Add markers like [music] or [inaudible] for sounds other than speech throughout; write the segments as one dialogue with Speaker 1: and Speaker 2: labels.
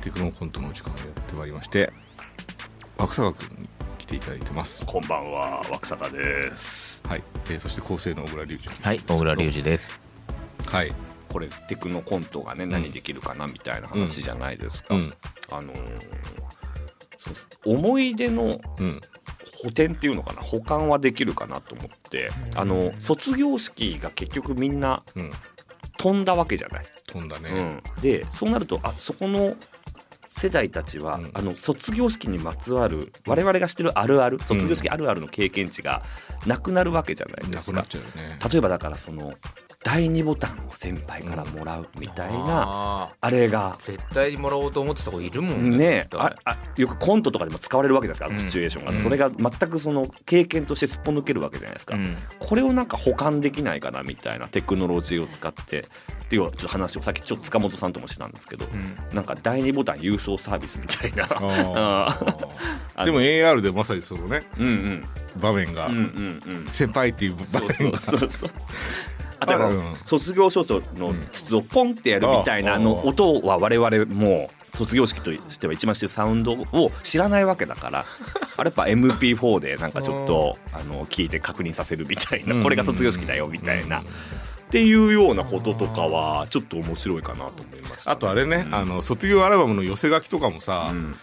Speaker 1: テクノコントのお時間をやってまいりまして若坂君に来ていただいてます
Speaker 2: こんばんは、わくさかです。
Speaker 1: はい、えーそして構成の小倉隆二
Speaker 3: はい、小倉隆二です。
Speaker 1: 二はい
Speaker 2: これ、テクノコントがね、何できるかなみたいな話じゃないですか。
Speaker 1: うん
Speaker 2: あのーそうです思い出の
Speaker 1: うん
Speaker 2: 補填っていうのかな、保管はできるかなと思って、
Speaker 3: うん
Speaker 2: あの、卒業式が結局みんな
Speaker 1: うん
Speaker 2: 飛んだわけじゃない。
Speaker 1: 飛んだ
Speaker 2: う
Speaker 1: ね、
Speaker 2: ん、で、そうなると、あそこの世代たちは、
Speaker 1: うん
Speaker 2: あの卒業式にまつわる我々が知ってるあるある卒業式あるあるの経験値がなくなるわけじゃないで
Speaker 1: な
Speaker 2: す
Speaker 1: く
Speaker 2: か
Speaker 1: なっ。ちゃうよね
Speaker 2: 例えばだからその第2ボタンを先輩からもらうみたいな、
Speaker 3: な。
Speaker 2: あれが
Speaker 3: 絶対にもらおうと思ってた子いるもん
Speaker 2: ね
Speaker 3: 絶対
Speaker 2: ああよくコントとかでも使われるわけじゃないですかあ
Speaker 3: う
Speaker 2: の
Speaker 3: ん
Speaker 2: シチュエーションが、
Speaker 3: うん
Speaker 2: それが全くその経験としてすっぽ抜けるわけじゃないですか、
Speaker 3: うん
Speaker 2: これをなんか保管できないかなみたいなテクノロジーを使ってっていうちょっと話をさっきちょっと塚本さんともしたんですけど、
Speaker 3: うん
Speaker 2: なんか第2ボタン郵送サービスみたいな
Speaker 1: あー
Speaker 2: あの
Speaker 1: でも AR でまさにそのね
Speaker 2: うんうん
Speaker 1: 場面が、
Speaker 2: うんうんうん
Speaker 1: 先輩っていう場
Speaker 2: そうそ
Speaker 1: 面
Speaker 2: う
Speaker 1: が
Speaker 2: [laughs] そうそう。あとは
Speaker 1: うん
Speaker 2: 卒業証書の筒をポンってやるみたいなあ
Speaker 1: うん
Speaker 2: の音は我々もう卒業式としては一番してるサウンドを知らないわけ
Speaker 1: [laughs]
Speaker 2: だからあれやっぱ MP4 でなんかちょっとあの聞いて確認させるみたいなこれが卒業式だよみたいなっていうようなこととかはちょっと面白いかなと思いました。
Speaker 1: あとあれね、
Speaker 2: うん
Speaker 1: あの卒業アルバムの寄せ書きとかもさ、
Speaker 2: うん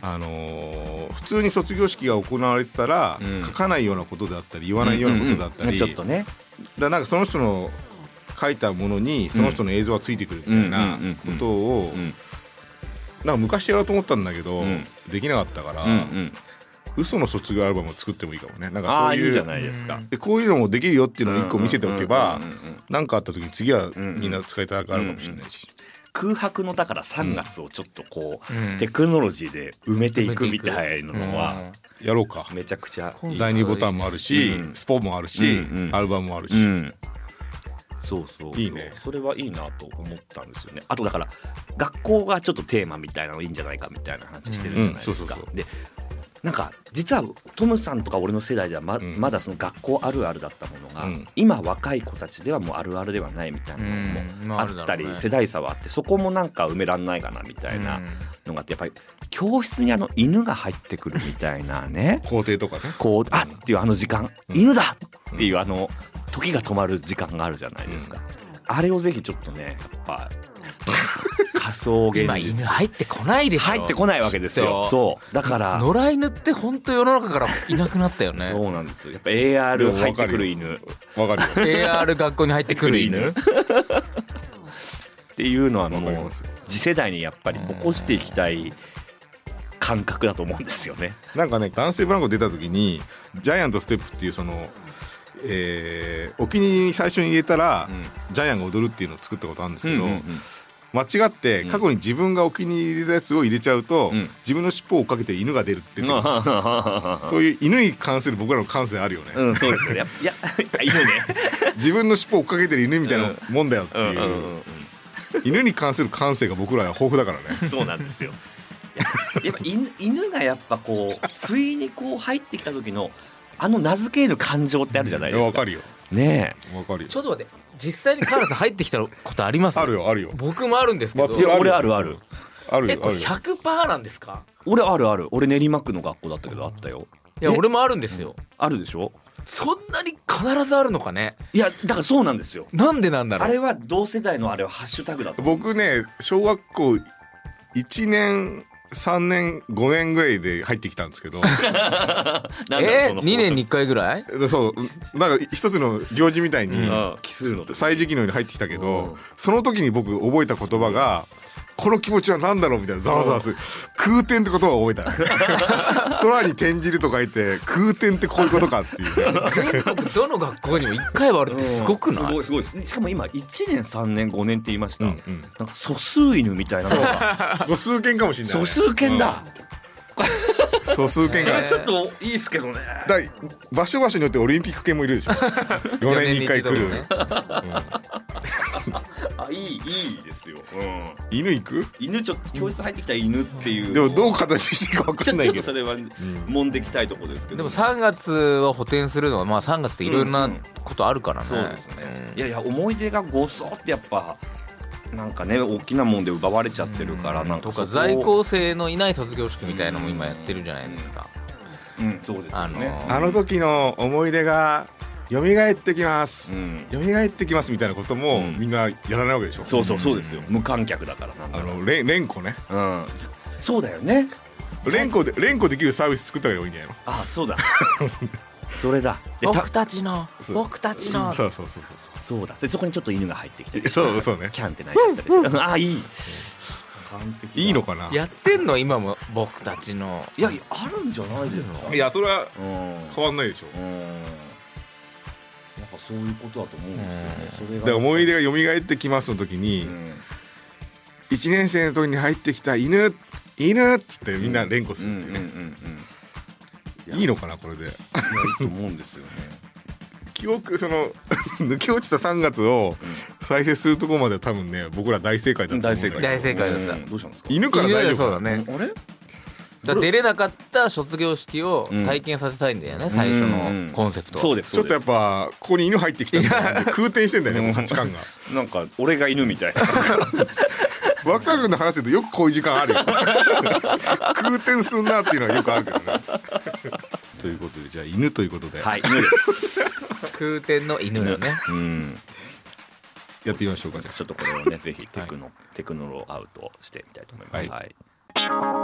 Speaker 1: あのー普通に卒業式が行われてたら、
Speaker 2: うん
Speaker 1: 書かないようなことであったり言わないようなことだったり、
Speaker 2: うんうんちょっとね
Speaker 1: だなんかその人の書いたものにその人の映像がついてくるみたいな
Speaker 2: うんうんうんうん
Speaker 1: ことを
Speaker 2: うん
Speaker 1: なんか昔やろうと思ったんだけど、
Speaker 2: うん
Speaker 1: できなかったから、
Speaker 2: うんうん
Speaker 1: 嘘の卒業アルバムを作ってもいいかもねなん
Speaker 2: あ
Speaker 1: か
Speaker 2: あ
Speaker 1: そう
Speaker 2: いい
Speaker 1: い
Speaker 2: じ
Speaker 1: う
Speaker 2: ゃないですか。
Speaker 1: でこういうのもできるよっていうのを一個見せておけば
Speaker 2: うんうんうんうんうん
Speaker 1: 何かあった時に次は
Speaker 2: んうん
Speaker 1: みんな使いたくなるかもしれないし、
Speaker 2: 空白のだから3月をちょっとこう、
Speaker 3: うん
Speaker 2: テクノロジーで埋めていくみたいなのは
Speaker 1: やろうか
Speaker 2: めちゃくちゃいい、
Speaker 3: ん
Speaker 1: 第2ボタンもあるし、
Speaker 2: うん
Speaker 1: スポもあるし、
Speaker 2: うんうん
Speaker 1: アルバムもあるし、
Speaker 2: うんそうそうそう
Speaker 1: いいね
Speaker 2: それはいいなと思ったんですよねあとだから学校がちょっとテーマみたいなのいいんじゃないかみたいな話してるじゃないです
Speaker 1: うんうんそうそ
Speaker 2: か
Speaker 1: うそ
Speaker 2: でなんか実はトムさんとか俺の世代ではま,、
Speaker 1: ん
Speaker 2: まだその学校あるあるだったものが、
Speaker 1: うん
Speaker 2: 今若い子たちではもうあるあるではないみたいなの
Speaker 3: うん
Speaker 2: も
Speaker 3: まあ
Speaker 2: あ
Speaker 3: ある
Speaker 2: っ
Speaker 3: だ
Speaker 2: た
Speaker 3: ろうね
Speaker 2: り、世代差はあってそこもなんか埋めらんないかなみたいな。のがあってやっぱり教室にあの犬が入ってくるみたいなね
Speaker 1: 校庭とかね
Speaker 2: こうあっていうあの時間、
Speaker 1: うん
Speaker 2: 犬だっていうあの時が止まる時間があるじゃないですか、あれをぜひちょっとねやっ
Speaker 1: [laughs]
Speaker 2: ぱ仮想現
Speaker 3: 今
Speaker 2: 実
Speaker 3: 犬入ってこないでしょ
Speaker 2: 入ってこないわけですよ
Speaker 3: きっと
Speaker 2: そうだから
Speaker 3: 野良犬って本当世の中からいなくなったよね
Speaker 2: そうなんですよやっぱ AR 入ってくる
Speaker 1: で
Speaker 2: 犬っ
Speaker 1: わかるよ
Speaker 3: AR 学校に入ってくる犬
Speaker 2: ていうのは [laughs] も
Speaker 1: わかりま
Speaker 2: う
Speaker 1: すよ
Speaker 2: 次世代にやっぱり起こしていきたい感覚だと思うんですよね
Speaker 1: なんかね男性ブランコ出た時にジャイアントステップっていうその、えーお気に入りに最初に入れたら、ジャイアンが踊るっていうのを作ったことあるんですけど、間違って過去に自分がお気に入りのやつを入れちゃうと、
Speaker 2: うん
Speaker 1: 自分の尻尾を追っかけて犬が出るっていう、
Speaker 2: [laughs]
Speaker 1: そういう犬に関する僕らの感性あるよね、
Speaker 2: うん、そうですよね。やっぱいや、いや犬ね。
Speaker 1: 自分の尻尾を追っかけてる犬みたいなもんだよっていう、
Speaker 2: うん
Speaker 1: 犬に関する感性が僕らは豊富だからね
Speaker 2: そうなんですよ。 [laughs] やっぱ犬犬がやっぱこう不意にこう入ってきた時のあの名付ける感情ってあるじゃない
Speaker 1: いや
Speaker 2: です
Speaker 1: わ
Speaker 2: か。
Speaker 1: かるよ
Speaker 2: ね
Speaker 1: わかるよ
Speaker 3: ちょっと待って実際にカラス入ってきたことあります
Speaker 1: あるよあるよ
Speaker 3: 僕もあるんですけ
Speaker 1: ま
Speaker 3: ど
Speaker 1: あ
Speaker 2: え。いや俺あるある。
Speaker 1: ある
Speaker 3: え
Speaker 1: よ
Speaker 3: こ
Speaker 1: あ
Speaker 3: れ
Speaker 1: るよ
Speaker 3: 100%なんですか
Speaker 2: 俺あるある。俺練馬区の学校だったけどあったよ。
Speaker 3: いや
Speaker 2: え
Speaker 3: 俺もあるんですよ
Speaker 2: あるでしょ。
Speaker 3: そんなに必ずあるのかね
Speaker 2: いやだからそうなんですよ。
Speaker 3: なんでなんだろ
Speaker 2: あ
Speaker 3: う
Speaker 2: れは同世代のあれはハッシュタグだと。
Speaker 1: 僕ね小学校1年3年5年ぐらいで入ってきたんですけ
Speaker 2: [laughs]
Speaker 1: ど
Speaker 2: なんだろう
Speaker 3: え
Speaker 2: その
Speaker 3: 2年に1回ぐらい
Speaker 1: そうなんか一つの行事みたいに
Speaker 2: うん奇数の時。
Speaker 1: 歳時期のように入ってきたけ
Speaker 2: う
Speaker 1: ど
Speaker 2: ん
Speaker 1: その時に僕覚えた言葉がこの気持ちは何だろうみたいなざわざわす
Speaker 2: [laughs]
Speaker 1: る空転って言葉を覚えたね [laughs] 空に転じると書いて空転ってこういうことかっていうね
Speaker 3: 全国どの学校にも1回はあるってすごくない、
Speaker 2: うんすごいすごい。しかも今一年三年五年って言いました。
Speaker 1: うんうん
Speaker 2: なんか素数犬みたいなのが
Speaker 1: そこ数件かもしれないね
Speaker 2: 素数犬だ、
Speaker 1: 素数件
Speaker 2: そ
Speaker 1: が
Speaker 2: れちょっといいですけどね
Speaker 1: だい場所場所によってオリンピック系もい
Speaker 2: [laughs]
Speaker 1: るでしょ4年に1回来る、
Speaker 3: 四年に一
Speaker 2: あいいいいですよ、うん、
Speaker 1: うん犬行く
Speaker 2: 犬ちょっと教室入ってきた犬っていう
Speaker 1: でもどう形していいか分
Speaker 2: ち
Speaker 1: か
Speaker 2: ょ
Speaker 1: んない
Speaker 2: ちょっ
Speaker 1: け
Speaker 2: とそ
Speaker 1: ど
Speaker 2: れは揉んでいきたいところですけ
Speaker 3: で
Speaker 2: ど、
Speaker 3: も3月は補填するのはまあ3月っていろいろ
Speaker 2: う
Speaker 3: なん
Speaker 2: うん
Speaker 3: ことあるからね、
Speaker 2: そうですね、いやいや思い出がごそってやっぱなんかね大きなもんで奪われちゃってるからなんか
Speaker 3: と
Speaker 2: そこ
Speaker 3: か在校生のいない卒業式みたいのも今やってるじゃないですか
Speaker 2: うんそうですよね
Speaker 3: あ
Speaker 1: あの時の思い出が蘇ってきます
Speaker 2: う、ん
Speaker 1: 蘇ってきますみたいなことも
Speaker 2: うん
Speaker 1: みんなやらないわけでしょ、
Speaker 2: そうそうそうですよ無観客だからなんだ
Speaker 1: あ
Speaker 2: ろ
Speaker 1: のれん連呼ね
Speaker 2: ううんそうだよね
Speaker 1: 連呼で連呼できるサービス作った方がいいんじゃないの
Speaker 2: あそうだそれだでた
Speaker 3: 僕たちの
Speaker 1: そう
Speaker 3: 僕たちの
Speaker 1: そうそうそうそうそ
Speaker 2: そうだでそこにちょっと犬が入ってきたり
Speaker 1: うそうそうね
Speaker 2: キャンって泣いちゃったりしてあいい完璧だ
Speaker 1: いいのかな
Speaker 3: やってんの今も僕たちの
Speaker 2: いやいやあるんじゃないですか
Speaker 1: いやそれは
Speaker 2: うん
Speaker 1: 変わんないでしょ
Speaker 2: うんやっぱそういうことだと思うんですよね
Speaker 3: うん
Speaker 2: それが
Speaker 1: で思い出が蘇ってきますの時に、
Speaker 2: うん
Speaker 1: 1年生の時に入ってきた犬犬っつってみんな連呼するっていうね、
Speaker 2: うんうんうんうんいうん
Speaker 1: いいのかなこれで
Speaker 2: やいいと思うん [laughs] ですよね
Speaker 1: 記憶その [laughs] 抜け落ちた3月を再生するとこまでは多分ね僕ら大正解だったと思うんだけど
Speaker 3: 大正解だった
Speaker 2: うんどうしたんですか
Speaker 1: 犬から
Speaker 3: 犬
Speaker 1: 大
Speaker 3: だ
Speaker 1: 丈
Speaker 3: よ
Speaker 1: 夫
Speaker 3: そう
Speaker 1: か
Speaker 3: だ
Speaker 1: な
Speaker 3: ね
Speaker 2: あれ
Speaker 3: だから出れなかった卒業式を体験させたいんだよね、最初のコンセプトは
Speaker 2: そうです
Speaker 1: ちょっとや
Speaker 2: っ
Speaker 1: っぱここに犬入ってきたんで空転してんだよねもう価値観が
Speaker 2: ぱなんか俺が犬みたいな
Speaker 1: 涌井君の話するとよくこういう時間あるよ [laughs] 空転すんなっていうのはよくあるけどねということでじゃあ犬ということで
Speaker 2: はい [laughs] 犬です
Speaker 3: 空転の犬だね
Speaker 2: うん
Speaker 1: やってみましょうかじゃあ
Speaker 2: ちょっとこれをねぜひテクノ、テクノロアウトしてみたいと思います、
Speaker 1: はい
Speaker 2: はい